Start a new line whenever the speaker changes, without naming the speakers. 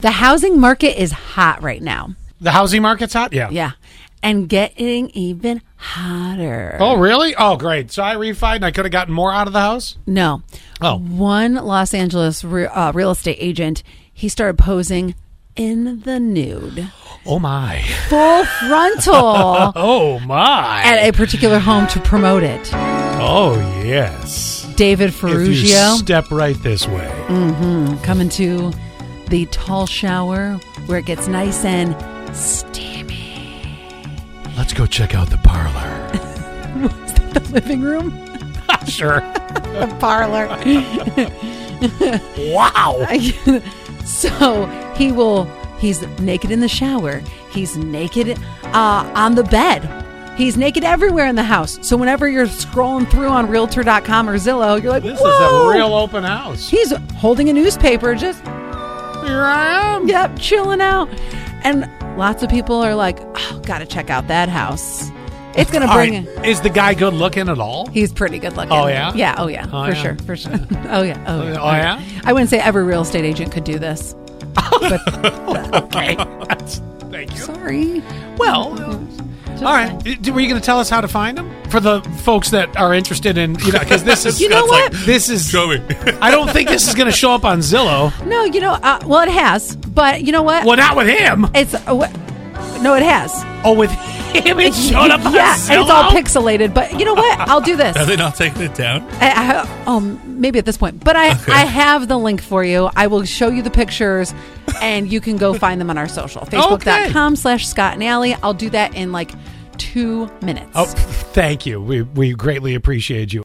The housing market is hot right now.
The housing market's hot? Yeah.
Yeah. And getting even hotter.
Oh, really? Oh, great. So I refied and I could have gotten more out of the house?
No.
Oh.
One Los Angeles re- uh, real estate agent, he started posing in the nude,
Oh, my.
full frontal
Oh, my.
at a particular home to promote it.
Oh, yes.
David
If you
Ferrugio
step right this way.
coming to the tall shower where it gets nice and steamy.
Let's go check out the parlor.
Is that the living room?
sure.
The parlor.
Wow.
So he will. He's naked in the shower. He's naked uh, on the bed. He's naked everywhere in the house. So whenever you're scrolling through on Realtor.com or Zillow, you're like,
This
Whoa!
is a real open house.
He's holding a newspaper, just
Here I am.
yep, chilling out. And lots of people are like, oh, gotta check out that house. It's gonna
All
bring.
right. Is the guy good looking at all?
He's pretty good looking.
Oh, yeah?
Yeah. Oh yeah.
Oh,
for
yeah.
sure. For sure. oh yeah. Oh yeah.
Oh, yeah?
I wouldn't say every real estate agent could do this.
Okay. That's- Thank you.
Sorry.
Well, all right. Uh, Were you going to tell us how to find them for the folks that are interested in you know? Because this is
You know
that's
what?
this is.
Show me.
I don't think this is going to show up on Zillow.
No, you know, uh, well, it has, but you know what?
Well, not with him.
It's uh, what? No, it has.
Oh, with him, it showed up on
yeah,
Zillow.
and it's all pixelated. But you know what? I'll do this.
Are they not taking it down?
I, I, oh, maybe at this point, but I I have the link for you. I will show you the pictures, and you can go find them on our social Facebook.com/slash Scott and Alley. I'll do that in like two minutes.
Oh, thank you. We we greatly appreciate you.